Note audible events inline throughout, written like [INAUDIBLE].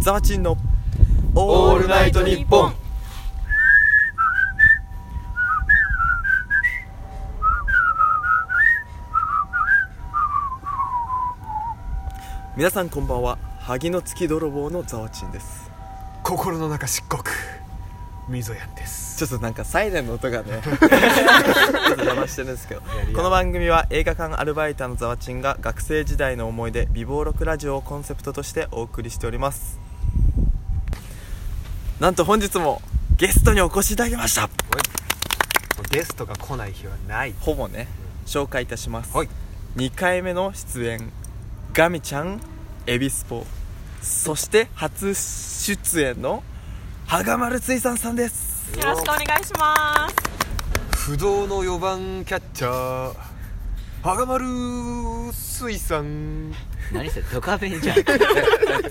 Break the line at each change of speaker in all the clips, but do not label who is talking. ザワチンの
オールナイトニッポン
皆さんこんばんは萩の月泥棒のザワチンです
心の中漆黒溝やんです
ちょっとなんかサイレンの音が [LAUGHS] ねちょっと邪魔してるんですけど
や
この番組は映画館アルバイターのザワチンが学生時代の思い出美貌録ラジオをコンセプトとしてお送りしておりますなんと本日もゲストにお越しいただきました
ゲストが来ない日はない
ほぼね紹介いたします、
はい
2回目の出演ガミちゃんエビスポそして初出演の羽賀丸水産さんです
よろしくお願いします。
不動の4番キャッチャー羽賀丸水産
何それドカベンじゃん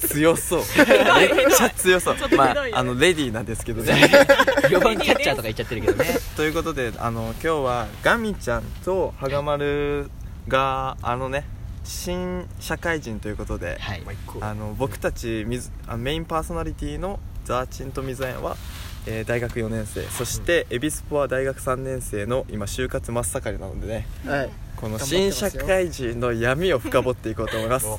強
[LAUGHS]
そうめっちゃ強そう
っとひどい
ま
ね
ああのレディーなんですけどね
4番キャッチャーとか言っちゃってるけどね
[LAUGHS] ということであの今日はガミちゃんと羽賀丸があのね新社会人ということで、
はい
まあ一個
あの僕たち水あメインパーソナリティのザーチンと水園は、えー大学4年生そして恵比寿ポは大学3年生の今就活真っ盛りなのでね
はい、
この
頑張って
新
ますよ
社会人の闇を深掘っていこうと思い
[LAUGHS]
ます
お
は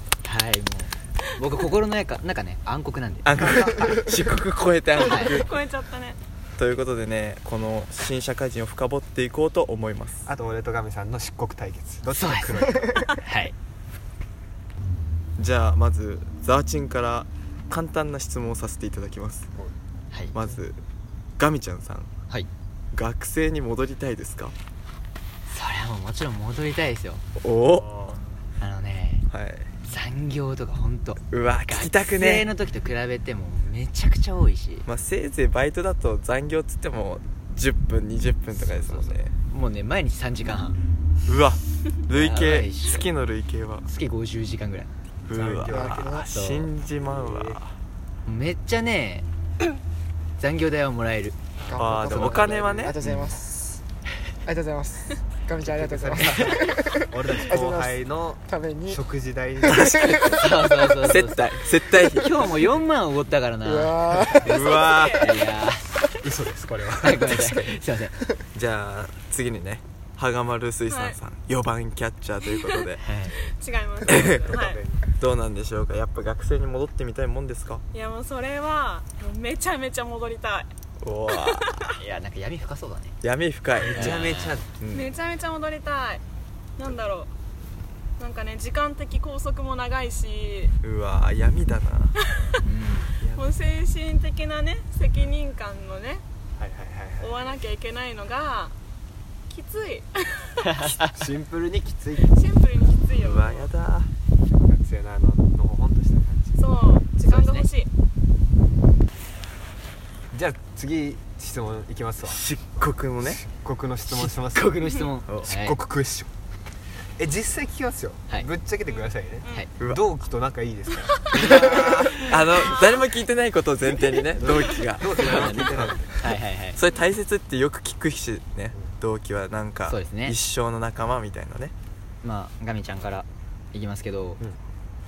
いもう僕心の中中ね暗黒なんで
暗黒漆黒超えて暗黒
超えちゃったね。
ということでねこの新社会人を深掘っていこうと思います
あと俺とガミさんの漆黒対決どっち
そう
が
で
来
す
る
はい
じゃあまずザーチンから簡単な質問をさせていただきます
はい、
まずガミちゃんさん
はい
学生に戻りたいですか
それはもうもちろん戻りたいですよ
おお
あ
あのね
はい
残業とか本当
うわ聞きたく
学
ね
生の時と比べてもめちゃくちゃ多いし
まあ、せいぜいバイトだと残業っつっても10分20分とかですもんね
そうそうもうね毎日3時間半
うわ累
やば
計
いっしょ
月の累計は
月50時間ぐらいう
残業だけ
ど
わ信じまう
えー
わ
めっちゃ [LAUGHS] ね残業代はもらえる
あーでもお金はね
ありがとうございますありがとうございますガミちゃんありがとうございます
ー [LAUGHS] 俺たち後輩の
ために
食事代
そうそうそうそう
接待接待費
[LAUGHS] 今日も4万おごったからな
[LAUGHS] う
いや
わー
うわ
ー
嘘ですこれは
はいごめんなさいすいません
じゃあ次にね羽賀丸水産さん、4番キャッチャーということで
違います。
[LAUGHS]
はい。
どうなんでしょうかやっぱ学生に戻ってみたいもんですか
いやもうそれはもうめちゃめちゃ戻りたい。
おわ
いやなんか闇深そうだね
[LAUGHS] 闇深い
めちゃめちゃ
うん
めちゃめちゃ戻りたい。なんだろう。なんかね時間的拘束も長いし、
うわ闇だな
もう精神的なね責任感のね
はいはいはい
負わなきゃいけないのがきつい。 [LAUGHS]
はいシンプルにきつい
シンプルにきついよ
う。わやだ
学生のあののほほんとした感じ
そう時間が欲しい。
じゃあ次質問いきますわ
漆黒のね
漆黒の質問します
漆黒の質問
お
漆
はい
黒クエスチョンえ実際聞きますよ、
はい
ぶっちゃけてくださいね、
はいう
わ
同期と仲いいですか
あの誰も聞いてないことを前提にね同期が
同期と仲いいですか
はいはいはい
それ大切ってよく聞くしね同期はなんか
そうですね
一生の仲間みたいなね
まあガミちゃんからいきますけど、
うん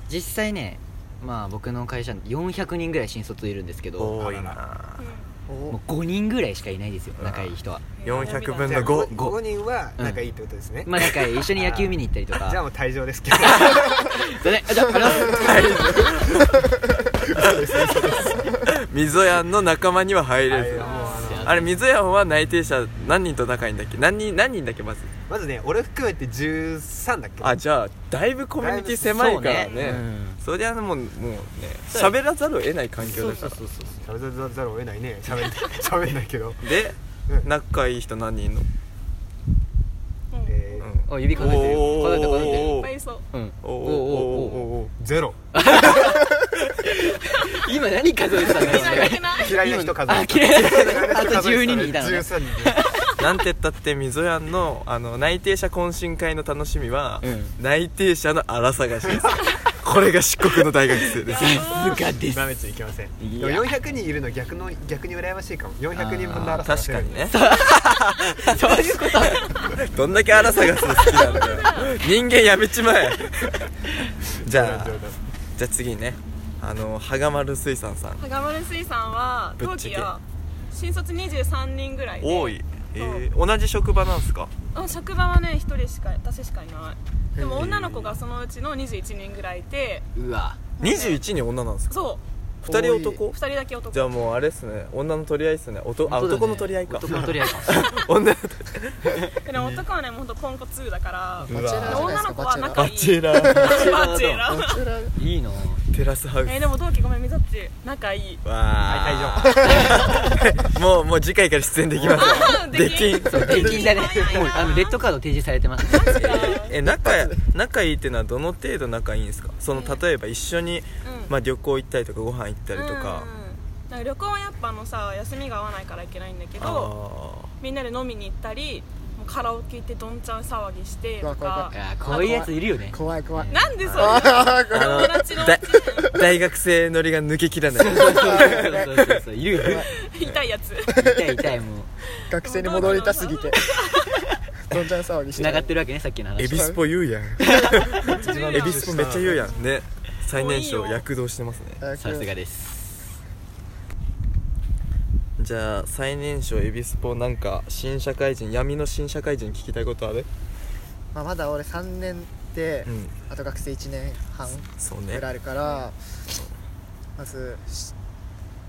実際ねまあ僕の会社400人ぐらい新卒いるんですけど
多いな
もう5人ぐらいしかいないですよ仲いい人は
400分
じ
の
ゃ
5
あ 5, 5人は仲いいってことですね、
まあなんか一緒に野球見に行ったりとか
じゃあもう退場ですけど
それじゃあありがとうございます
溝やんの仲間には入れ
はい
ず
もうあの
あれ溝やんは内定者何人と仲いいんだっけ何人何人だっけまず
まずね俺含めて13だっけ
あじゃあだいぶコミュニティ狭いから
そうねう
ね
ん
そりゃもうもうね喋らざるを得ない環境だから
喋らざるを得ないね喋ん喋んないけど、
で
うん
仲いい人何人いんの
うんいっ
えー
お指数えてる
おー
数えてる数えてる
ぱいいそう。
うん
おーおー
お
お
おお
ーおー
ゼロ
今何数えてたんだ
い [LAUGHS] ない
よ
いない。
嫌いな人数
あ嫌いな人あと12人いたのね
13人
なんて言ったって溝やんのあの内定者懇親会の楽しみは、
うん
内定者の荒探しです [LAUGHS] これが漆黒の大学生です
さすがです
なめちゃいけません
い
でも
や
400人いるの逆の逆に羨ましいかも400人分の
あ確
争い
かにね
そういうこと
どんだけ荒探すの好きなん
[LAUGHS]
だよ人間やめちまえじ
じ
ゃあじゃあ次ねあの羽賀丸水産さん
羽賀丸水産は
ぶっ
同
ちゃ
期
け
は新卒23人ぐらいで
多い、えー同じ職場なんですか
あ職場はね1人しか私しかいないで
へ
も
ー
女の子がそのうちの21人ぐらいいて
うわ
21人女なんですか
そ
2人
う
男
2人だけ男
じゃあもうあれですね女の取り合いですね男あ
本当だね
男の取り合いか
男の取り合いか
女の
でも男はねもうほんとポンコツだから
う
バ
わ
チェラーじゃないです
女
か
子
バ
は
チェラ
仲
バ
ー
いい
チェラー
バチェラ
バチェラー
いいな
テラスハウス
えーでも同期ごめんみざっち仲いい
わあ [LAUGHS] もうもう次回から出演できま
あ
す
ー
んで
で
き
き
ん
ん
そう出禁だね
[LAUGHS] 早いな
もうあのレッドカード提示されてます
[LAUGHS]
ね
確か
え仲仲いいってのはどの程度仲いいんですかその例えば一緒に、
うん
まあ、旅行行ったりとかご飯行ったりとか、
うんなんか旅行はやっぱあのさ休みが合わないからいけないんだけど
あ
みんなで飲みに行ったりもうカラオケ行ってどんちゃん騒ぎしてと
うわ怖
か
い
あーこういうやついるよね
怖い怖い
なんでそれ
あー
ーあ
友達の
のだ大学生ノリが抜けきらない
そうそうそうそうそういるよね
痛いやつ
痛い痛いも
[LAUGHS] 学生に戻りたすぎてどんちゃん騒ぎ
う
して
繋がってるわけねさっきの
エ
話
ビスポ言うやん
重
エ
要
ビスポめっちゃ言うやんね最年
も
少
ういいよ
躍動してますね
早く
さすがです
じゃあ最年少エビスポなんか新社会人闇の新社会人聞きたいことある
まあ、まだ俺3年で、
うん
あと学生1年半
そう
ぐ
ね
らいあるから、まずし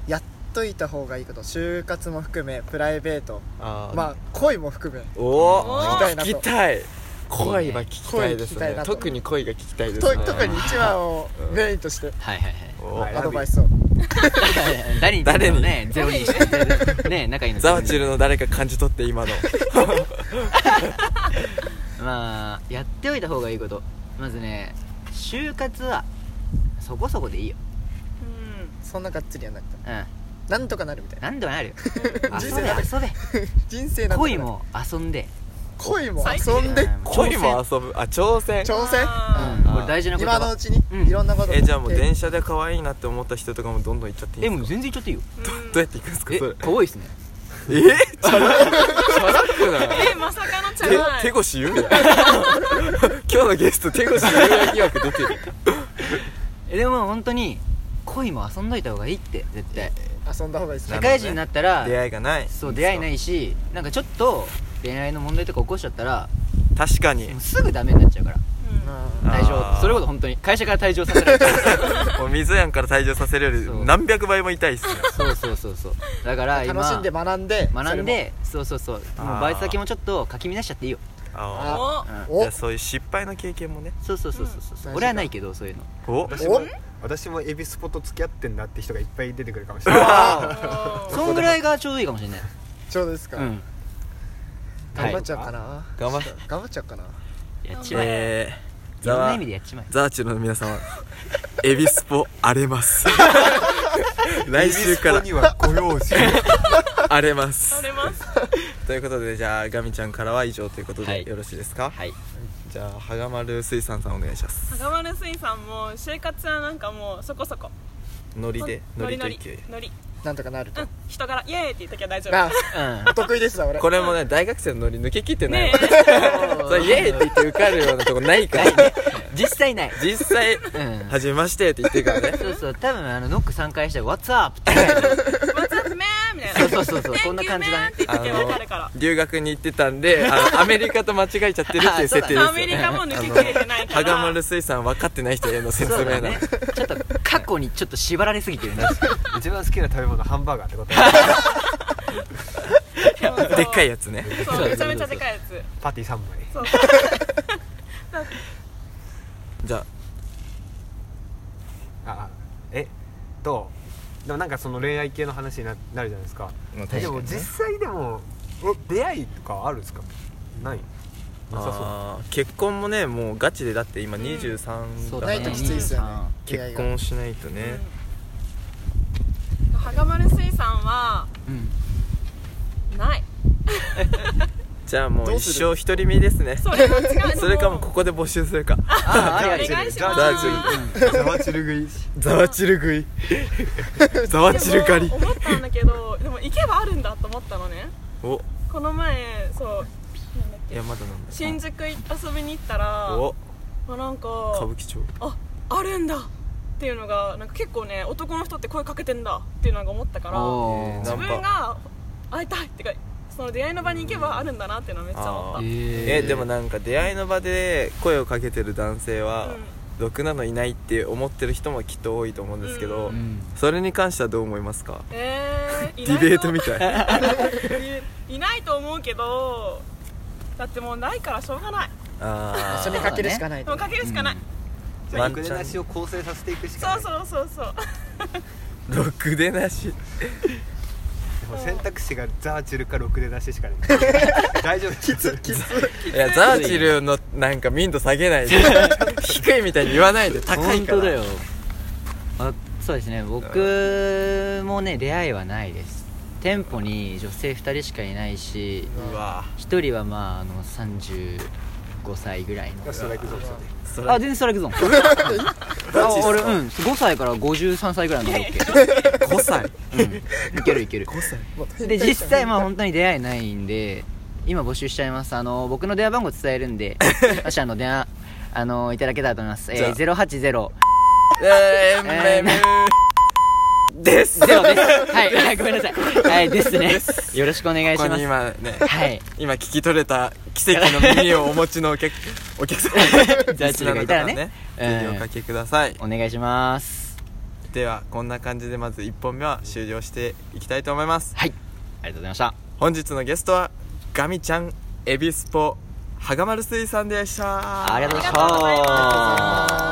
やっといた方がいいこと就活も含めプライベート
あー
まあ恋も含め
お
お
お
ー
聞きたい
い
恋
いね
は聞きたいです
恋聞きたい
ね
なと
特に恋が聞きたいです
と
ね
特に一話を
うん
メインとして
はいはいはい
お
アドバイ
ス
スを
誰に誰にねゼロにしてね仲いいの
ザワチルの誰か感じ取って今の
まあやっておいた方がいいことまずね就活はそこそこでいいよ
う
そんながっつりやんなくても
うん
なんとかなるみたいな
何でもなるよ
人
遊
生
べ
なん
遊べ
人生なんとかな
恋
る
も遊んで
恋も
最低
遊んで
うん
恋も遊ぶあ挑戦
挑戦
あ
うんこれ大事なこと
今
だ
のうちに、
うん
いろんなこと
えじゃあもう電
車
車で可愛いなって思った人とかもどんどん行っちゃっていい
え
ん
もう
ですか
全然言っちゃっていいよ
[LAUGHS]
ん
どうやって行くんですか
え
それ
可愛いっすね
えー [LAUGHS] チャラチャラくない
えまさかのチャラ
手手
い
越 [LAUGHS] 優也今日のゲスト手越優也疑惑出てる
えでも本当に恋も遊んどいた方がいいって絶対
遊んだ方がいいです
な
社
るほどね
会人になったら
出会いがない
そう出会いないいしなんかちょっと恋愛の問題とか起こしちゃったら
確かに
もうすぐダメになっちゃうから
うん
あー
退場それこそ本当に会社から退場させられ
[LAUGHS]
ちゃう
もう水やんから退場させるよ
そ
り
う
何百倍も痛いっすね
そうそうそうそうだから今
楽しんで学んで
学んでそうそうそう
あー
もうバイト先もちょっとかき乱しちゃっていいよ
あ
お
う
あじゃ
ん
それも
あそういう失敗の経験もね
そうそうそうそうそううん俺はないけどそういうの
お
私
お
も
お
私もエビスポと付き合ってんだって人がいっぱい出てくるかもしれない
お
そんぐらいがちょうどいいかもしれない
ちょうどですか、
うん
頑張っちゃおうかな、
頑張っ
頑張っちゃおうかな
やっちまえ
えー
いろんな
ザ
意味でやっちまえ
ザーチュの皆様エビスポ荒れます
[LAUGHS]
来週か
エ
ら
ビスポにはご
[LAUGHS]
用心
荒れます
取れます
ということでじゃあガミちゃんからは以上ということ
は
で
い
よろしいですか
はい
じゃあ羽賀丸水産さんお願いします
高丸水産も就活はなんかもうそこそこ
ノリでノリ
ノ
と
リ
勢い
ノリ
なんとかなる
[LAUGHS]
う
と、
ん人柄イエーイって言ったけど大丈夫
あ
うん
お得意ですわ俺
これもね大学生のノリ抜けきってない
ね
わ [LAUGHS] それイエーイって言って受かるようなとこないから
[LAUGHS] 実際ない
実際
うん
初めましてって言ってるから
[LAUGHS]
ね
そうそう多分あのノック3回したら「What's up?」って
え「What's up, man?」みたいな
そうそうそうそうこんな
Thank you,
感じだ
man
ね
って言ったけど分かるから
留学に行ってたんであのアメリカと間違えちゃってるっていう設定ですよ
アメリカも抜けきれてないか
羽
ら
賀丸水産分かってない人への説
そう
明
だ
な
ねちょっと過去にちょっと縛られすぎてるね
一番好きな食べ物ハンバーガーってこと
そ
[LAUGHS]
う
でっかいやつね
そうめちゃめちゃでかいやつ
パティ3枚
そう
じゃあ
ああえとでもなんかその恋愛系の話にななるじゃないですか
まあ確かにね
でも実際でもえ出会いとかあるんですかないなさそう
あー結婚もねもうガチでだって今23だか
な
ら
いときついっすよね出会い
結
が
婚しないとね
うん羽賀丸水産は
うん
ない
じゃあもう
どう
一
する
生独り身ですね
それは違う
[LAUGHS] それかもうここで募集するか
ああ
お
りあ
願い
り
します
じゃあ
じゃあ
ザワチル食い
ザワチル食いザワチル狩り
でも思ったんだけどでも行けばあるんだと思ったのね
お
この前そうなんだっ
い
け
やまだなんだ
新宿い遊びに行ったら
お
あなんか
歌舞伎町
ああるんだっっていうのがなんか結構ね男の人って声かけてんだっていうのが思ったから
お
ナ
自
ンパ
ー
分が会いたいってかその出会いの場に行けばあるんだなっていうのはめっちゃ思
あ
っ
ー
え
えでもなんか出会いの場で声をかけてる男性
た、
は、ろくなのいないって思ってる人もきっと多いと思うんですけど、
う
うん
それに関してはどう思いますか
えー、
デ
いない
ィ
と
ベートみたい
[LAUGHS] いないと思うけどだってもうないからしょうがない
あ
一緒にかけるしかない
もうかけるしかない、
じゃあ肉でなしを構成させていくしか
そ
な
う
い
そうそうそう
あろくでな
[LAUGHS]
し
でも選択肢がザーチルかろくでなししかない大丈夫きつきつ
いやザーチルのなんか民度下げ
[LAUGHS]
ないで低いみたいに言わないで高い
本
か
当
ら
だよあそうですね僕もね出会いはないです店舗に女性2人しかいないし
うわ
1人はまああの35歳ぐらいの
ストライクゾーンですよね
そ
あ
れ
全然ストライクゾー [LAUGHS] ンあ俺うん5歳から53歳ぐらいまで [LAUGHS]
5歳
うんいけるいける
5歳
で実際まあ本当に出会いないんで今募集しちゃいますあの僕の電話番号伝えるん [LAUGHS] でもしあの電話あのいただけたらと思います、え
じゃ
ー、
あ
080
えー、め
えー
めです
[LAUGHS] ゼロです。はい、はい、 [LAUGHS] ごめんなさい。はい、 [LAUGHS] ですね。よろしくお願い
ここ
しま
に
す。
今ね
はい。
今聞き取れた奇跡の耳をお持ちのお
[LAUGHS]
客お客様
ジャッジがいたらね
リスナーの方はねぜひおかけください
お願いします。
ではこんな感じでまず1本目は終了していきたいと思います
はい。ありがとうございました。
本日のゲストはガミちゃんエビスポはがまる水産でした
ありがとうござい
ありがとうござい
ま。
ます